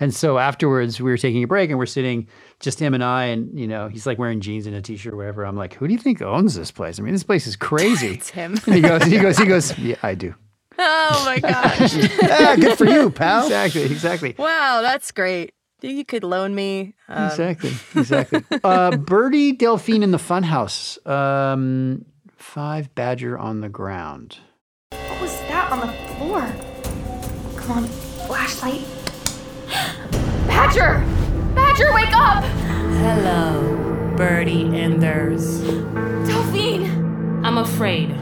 And so afterwards, we were taking a break, and we're sitting just him and I, and you know, he's like wearing jeans and a t-shirt, or whatever. I'm like, who do you think owns this place? I mean, this place is crazy. it's
him.
And he goes, he goes, he goes. Yeah, I do.
Oh
<laughs>
my gosh.
yeah,
Ah, good for you, pal.
Exactly, exactly.
Wow, that's great. You could loan me. um,
exactly, exactly. <laughs> uh, Birdie Delphine in the Funhouse. Um, five Badger on the ground.
What was that on the floor? Come on, flashlight. <gasps> Badger! Badger, wake up!
Hello, Birdie Enders.
Delphine!
I'm afraid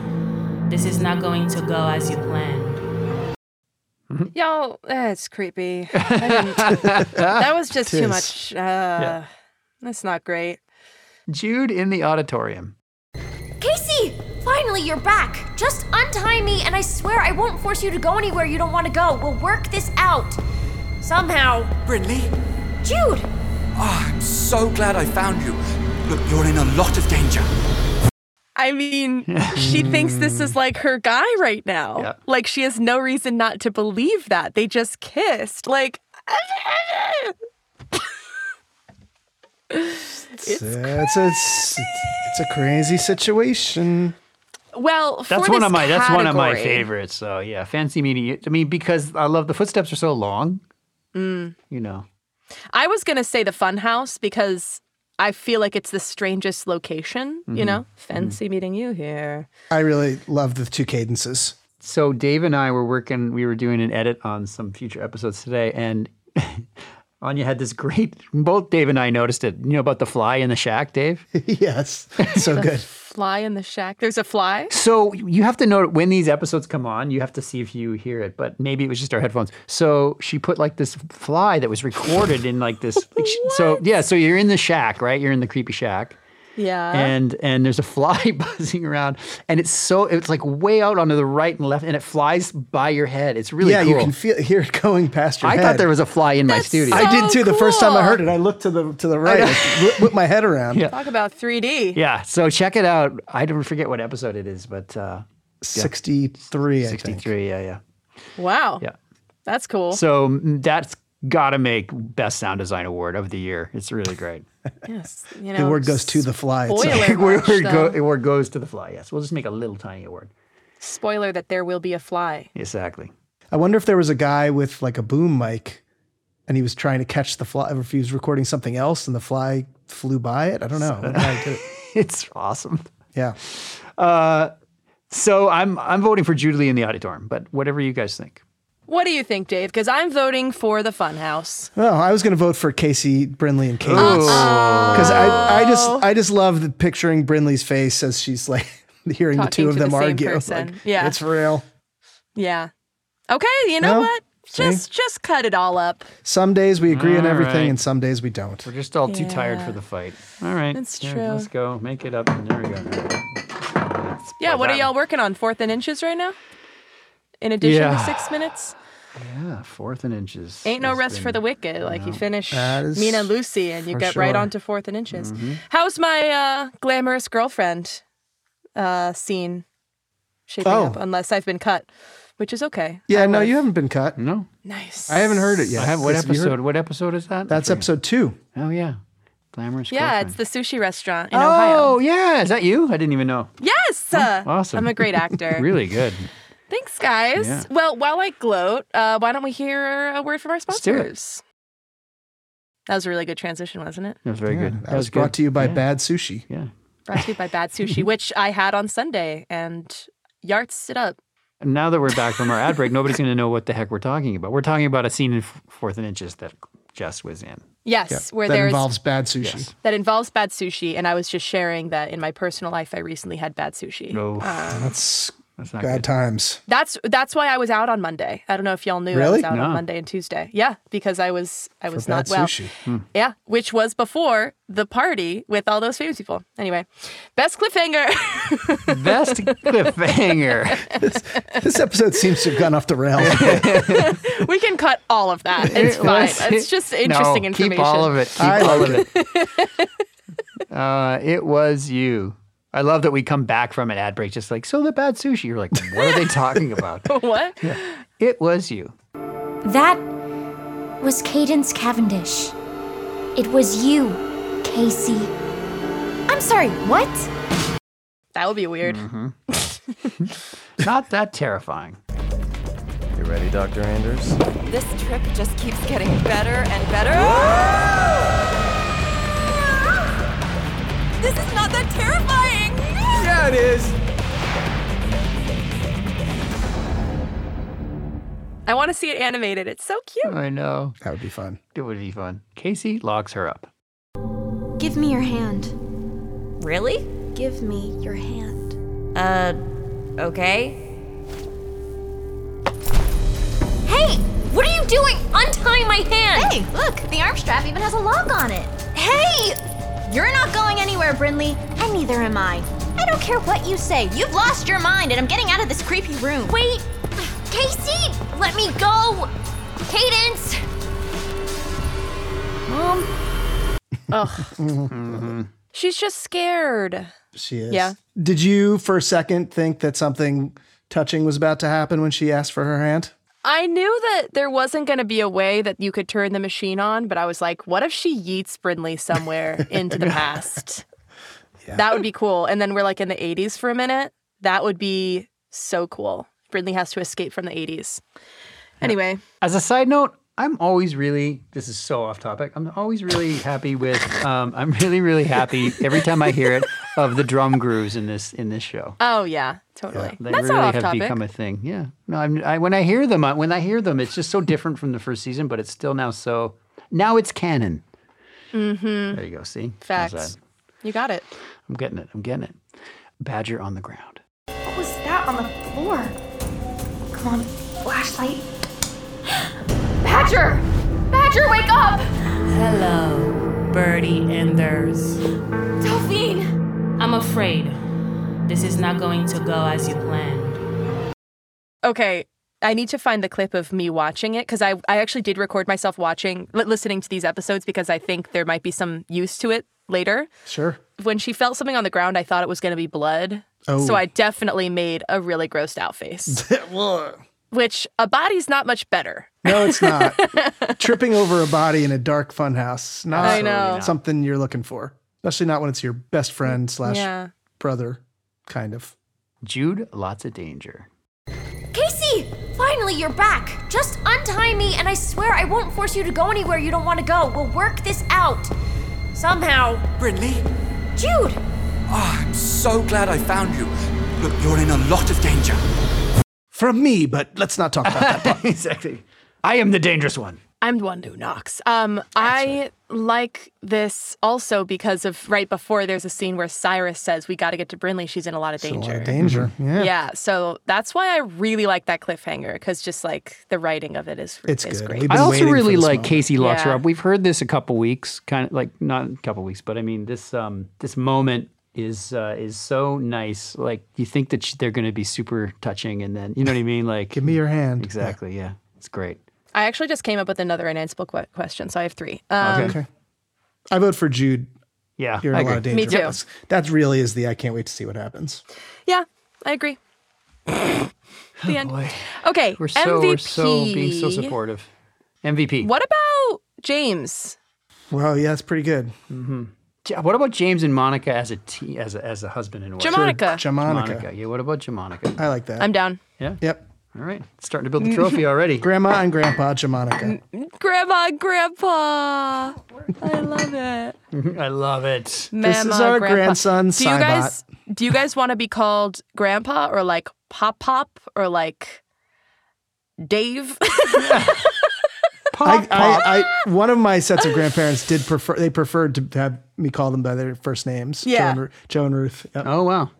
this is not going to go as you planned.
Y'all, that's creepy.
<laughs>
I didn't- that was just too
Tis.
much. Uh,
Yeah.
That's not great.
Jude in the auditorium.
Casey, finally you're back. Just untie me, and I swear I won't force you to go anywhere you don't want to go. We'll work this out. Somehow.
Brinley?
Jude!
Ah, I'm so glad I found you. Look, you're in a lot of danger.
I mean, she thinks this
<laughs>
is like her guy right now. Like, she has no reason not to believe that. They just kissed. Like, <laughs>
It's uh, it's, it's, it's a crazy situation.
well,
That's
for
one
this
of my. That's one of my
category-
favorites. So yeah, fancy meeting. I mean, because I love the footsteps are so long.
Mm.
You know.
I was going to say the fun house because I feel like it's the strangest location, you
Mhm.
know? Fancy meeting you here.
I really love the two cadences. <laughs>
So Dave and I were working. We were doing an edit on some future episodes today, and <laughs> Anya had this great. Both Dave and I noticed it. You know about the fly in the shack, Dave.
yes,
<laughs>
so good.
Fly in the shack. There's a fly.
So you have to know when these episodes come on, you have to see if you hear it, but maybe it was just our headphones. So she put like this fly that was recorded in like this. like, she-
<laughs>
so yeah, so you're in the shack, right? You're in the creepy shack.
Uh-huh.
Yeah.
And and there's a fly <laughs> buzzing around, and it's so it's like way out onto the right and left, and it flies by your head. It's really
yeah,
cool.
you can feel hear it going past your
I
head.
thought there was a fly in my studio.
I did too. The first time I heard it, I looked to the to the right, I whip my head around.
Yeah.
Talk about 3D.
Yeah, so check it out. I don't forget what episode it is, but uh,
sixty three.
Sixty three. Yeah, yeah.
Wow.
Yeah.
That's cool.
So mm, that's got to make best sound design award of the year. It's
<laughs>
really great.
yes, you
the
know,
word goes to the fly. itself. <laughs>
spoiler
The award,
watch,
go-
though.
award goes to the fly. Yes, we'll just make a little tiny award.
spoiler that there will be a fly.
Exactly.
I wonder if there was a guy with like a boom mic, and he was trying to catch the fly. If he was recording something else, and the fly flew by it. I don't know. What guy
<laughs>
did it?
<laughs> It's awesome.
Yeah.
Uh, so I'm I'm voting for Jude Lee in the auditorium, but whatever you guys think.
What do you think, Dave? Because I'm voting for the Funhouse.
Well, Oh, I was going to vote for Casey Brinley and Kate
Ooh. Oh.
because I, I just I just love the, picturing Brinley's face as she's like <laughs> hearing the
Talking
two of
to the
them
same
argue.
person.
Like,
Yeah.
it's real.
Yeah. Okay, you know
No?
what?
See?
Just just cut it all up.
Some days we agree on
All
everything,
right.
and some days we don't.
We're just all too tired
Yeah.
for the fight. All right.
That's
Here,
true.
Let's go. Make it up. There we go.
Yeah, what are
that-
y'all working on? Fourth and inches right now? In addition
Yeah.
to six minutes?
Yeah, fourth and inches.
Ain't no
has
rest for
been-
the wicked. Like you
no.
finish
That is
Mina Lucy and you
for
get right
sure.
onto fourth and inches.
Mhm.
How's my uh, glamorous girlfriend uh, scene shaping
Oh.
up? Unless I've been cut, which is okay.
Yeah, no, you haven't been cut.
No,
nice.
I haven't heard it yet.
I have- what
Have you heard-
episode? What episode is that?
That's episode two.
Oh yeah, glamorous.
Yeah, it's the sushi restaurant in
oh
Ohio.
yeah, is that you? I didn't even know.
Yes. uh,
Awesome. <laughs>
I'm a great actor.
really good.
Thanks, guys.
Yeah.
Well, while I gloat, uh, why don't we hear a word from our sponsors?
do it.
That was a really good transition, wasn't it?
That was very
Yeah,
good.
That, was, brought to you by Bad Sushi.
Yeah.
Brought
<laughs>
to you by Bad Sushi, which I had on Sunday and yarts it up.
Now that we're back from our ad break, nobody's going to know what the heck we're talking about. We're talking about a scene in F- Fourth and Inches that Jess was in.
Yes, where there's
bad sushi.
that involves bad sushi, and I was just sharing that in my personal life, I recently had bad sushi.
No,
Uh.
that's
that's
bad
<laughs>
times.
That's that's why I was out on Monday. I don't know if y'all knew I was
Really?
out on
No.
Monday and Tuesday. Yeah, because I was I was
For
not
bad
well.
sushi. Hmm.
Yeah, which was before the party with all those famous people. Anyway, best cliffhanger. <laughs>
Best cliffhanger.
This episode seems to have gone off the rails.
we can cut all of
<laughs>
that. It's
It
fine.
was-
It's just
No,
interesting information.
Keep all of it. Keep
I
all
like
of it. <laughs> uh, it was you. I love that we come back from an ad break just like, so the bad sushi. You're like, what are they
<laughs>
talking about?
what?
It was you.
That was Cadence Cavendish. It was you, Casey. I'm sorry, what?
That would be weird.
Mm-hmm.
Not that terrifying.
You ready, Dr. Anders?
This trip just keeps getting better and better. This is not that terrifying.
Yeah, it is.
I want to see it animated. It's so cute.
I know.
<laughs> That would be fun.
It would be fun. Casey locks her up.
Give me your hand.
Really?
Give me your hand.
Uh, okay.
Hey, what are you doing? Untie my hand! Hey, look, the arm strap even has a lock on it. Hey! You're not going anywhere, Brinley, and neither am I. I don't care what you say, you've lost your mind, and I'm getting out of this creepy room. Wait, Casey, let me go! Cadence!
Mom. Ugh. She's just scared.
She is.
Yeah.
Did you for a second think that something touching was about to happen when she asked for her hand?
I knew that there wasn't going to be a way that you could turn the machine on, but I was like, what if she yeets Brindley
<laughs>
somewhere into the past? That would be cool. And then we're like in the 80s for a minute. That would be so cool. Brindley has to escape from the 80s. Anyway,
As a side note, I'm always really, this is so off topic. I'm always really happy with, um, I'm really, really happy every time I hear it of the drum grooves in this, in this show.
oh yeah, totally.
They
That's
really
not off
have
topic.
become a thing. Yeah. No, I'm, I, when I hear them, I, when I hear them, it's just so different from the first season, but it's still now so. Now it's canon.
mm-hmm.
There you go. See, How's
Facts.
that?
You got it.
I'm getting it. I'm getting it. Badger on the ground.
What was that on the floor? Come on, flashlight.
<gasps>
Badger! Badger, wake up!
Hello, Birdie Enders.
Delphine!
I'm afraid this is not going to go as you planned.
Okay. I need to find the clip of me watching it because I, I actually did record myself watching, li- listening to these episodes because I think there might be some use to it later.
<laughs>
Sure.
When she felt something on the ground, I thought it was going to be blood.
Oh.
So I definitely made a really grossed out <laughs> face,
no,
which a body's not much better.
it's not. <laughs> Tripping over a body in a dark funhouse. Not
I know.
something you're looking for. Especially not when it's your best friend slash
Yeah.
brother, kind of.
Jude, lots of danger.
Casey, finally you're back. Just untie me, and I swear I won't force you to go anywhere you don't want to go. We'll work this out. Somehow.
Brinley?
Jude!
Ah, I'm so glad I found you. Look, you're in a lot of danger.
from me, but let's not talk about that.
<laughs> exactly. I am the dangerous one.
I'm the one who knocks. Um, I like this also because of right before there's a scene where Cyrus says, We got to get to Brinley. She's in a lot of danger.
danger. Yeah.
So that's why I really like that cliffhanger because just like the writing of it is,
It's
is
good.
great.
I also really like Casey locks her
Yeah.
up. We've heard this a couple weeks, kind of like not a couple weeks, but I mean this um, this moment is uh, is so nice. Like you think that she, they're going to be super touching, and then you know what I mean. Like give me your hand. <laughs> Exactly. Yeah, it's great.
I actually just came up with another unanswerable que- question. So I have three. Um,
Okay. I vote for Jude.
Yeah,
you're
I
in a
agree.
lot of danger.
Me too.
That's- That really is the. I can't wait to see what happens.
Yeah, I agree. the end. Okay.
Oh, We're so
MVP.
we're so being so supportive. MVP.
What about James?
Well, yeah, it's pretty good. Mm-hmm. What about James and Monica as a te- as a, as a husband and wife?
Jamonica. Sure,
Jamonica.
Jamonica. Yeah. What about Jamonica?
I like that.
I'm down.
Yeah.
Yep.
All right. Starting to build <laughs> the trophy already.
Grandma and Grandpa Jamonica.
Grandma, Grandpa. I love it.
I love it. <laughs>
this is
Mama,
our
Grandpa.
grandson,
Do you
Cybot.
guys do you guys want to be called Grandpa or like Pop Pop or like Dave? <laughs>
I, I, I, one of my sets of grandparents did prefer. They preferred to have me call them by their first names. Joe
Yeah.
and Ru- Joe and Ruth. Yep.
Oh wow.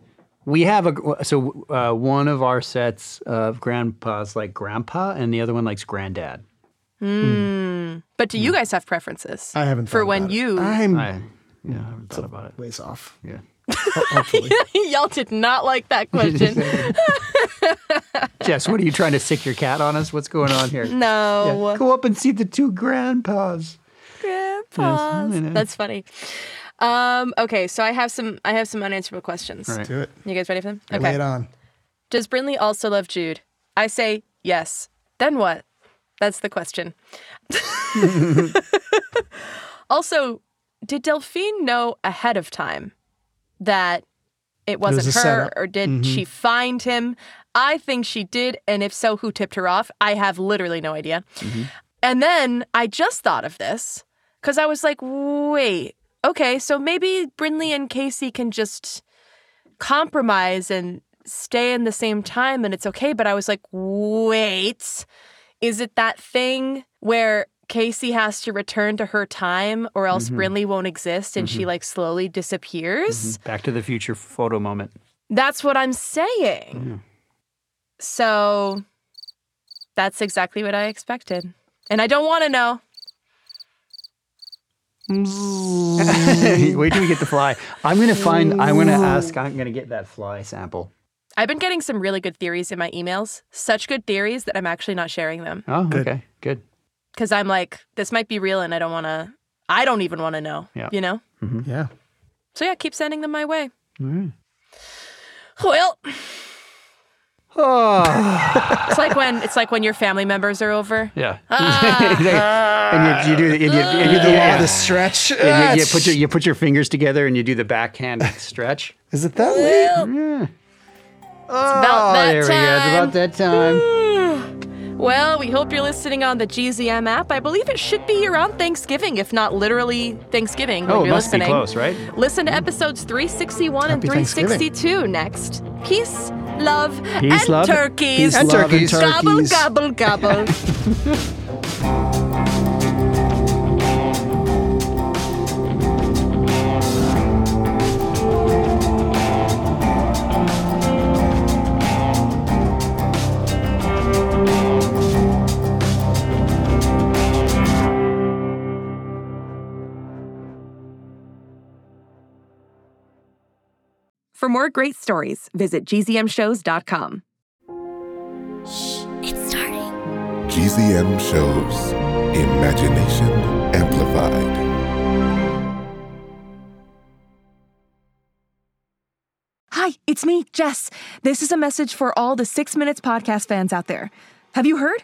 We have a so uh, one of our sets of grandpas like grandpa, and the other one likes granddad.
Mm. But do you guys have preferences?
Hmm. I haven't
for
thought
when
about it.
you
I'm
yeah, I haven't thought about it.
Ways off.
Yeah.
<laughs> y'all did not like that <laughs>
<laughs>
question.
Jess, what are you trying to sick your cat on us? What's going on here?
No.
Yeah. Go up and see the two grandpas.
Grandpas.
Yes, I know.
That's funny. Um, okay, so I have some I have some unanswerable questions.
Let's do it.
You guys ready for them?
Lay it on.
Does Brinley also love Jude? I say yes. Then what? That's the
<laughs>
question. also, did Delphine know ahead of time that it
was
wasn't
a
her
setup.
or did
Mhm.
she find him? I think she did, and if so, who tipped her off? I have literally no idea.
Mm-hmm.
And then I just thought of this because I was like, wait, okay, so maybe Brinley and Casey can just compromise and stay in the same time and it's okay. But I was like, wait, is it that thing where Casey has to return to her time or else
Mhm.
Brinley won't exist and she
Mhm.
like slowly disappears?
Back to the future photo moment.
That's what I'm saying. So that's exactly what I expected. And I don't want to know.
Wait till we get the fly. I'm gonna find. I'm gonna ask. I'm gonna get that fly sample.
I've been getting some really good theories in my emails, such good theories that I'm actually not sharing them.
Oh, okay, good.
because I'm like, this might be real and I don't want to, I don't even want to know,
Yeah.
you know?
Mm-hmm. Yeah.
So yeah, keep sending them my way.
All right. <sighs>
Well,
Oh.
it's like when, it's like when your family members are over.
Yeah.
Ah.
<laughs> and you, you do and you, and you
Do the law
yeah.
of the stretch.
And you, you put your you put your fingers together and you do the backhand stretch.
Is it that late?
Yeah. oh, there we go. It's about that time.
Well, we hope you're listening on the GZM app. I believe it should be around Thanksgiving, if not literally Thanksgiving when
Oh, it
you're
must
listening.
be close, right?
Listen to episodes 361 and
Happy Thanksgiving.
362 next. Peace, love,
Peace,
and
love,
turkeys.
peace, And love, and turkeys.
Gobble,
turkeys.
gobble, gobble.
For more great stories, visit gzmshows.com.
GZM shows Imagination Amplified.
Hi, it's me, Jess. This is a message for all the Six Minutes podcast fans out there. Have you heard?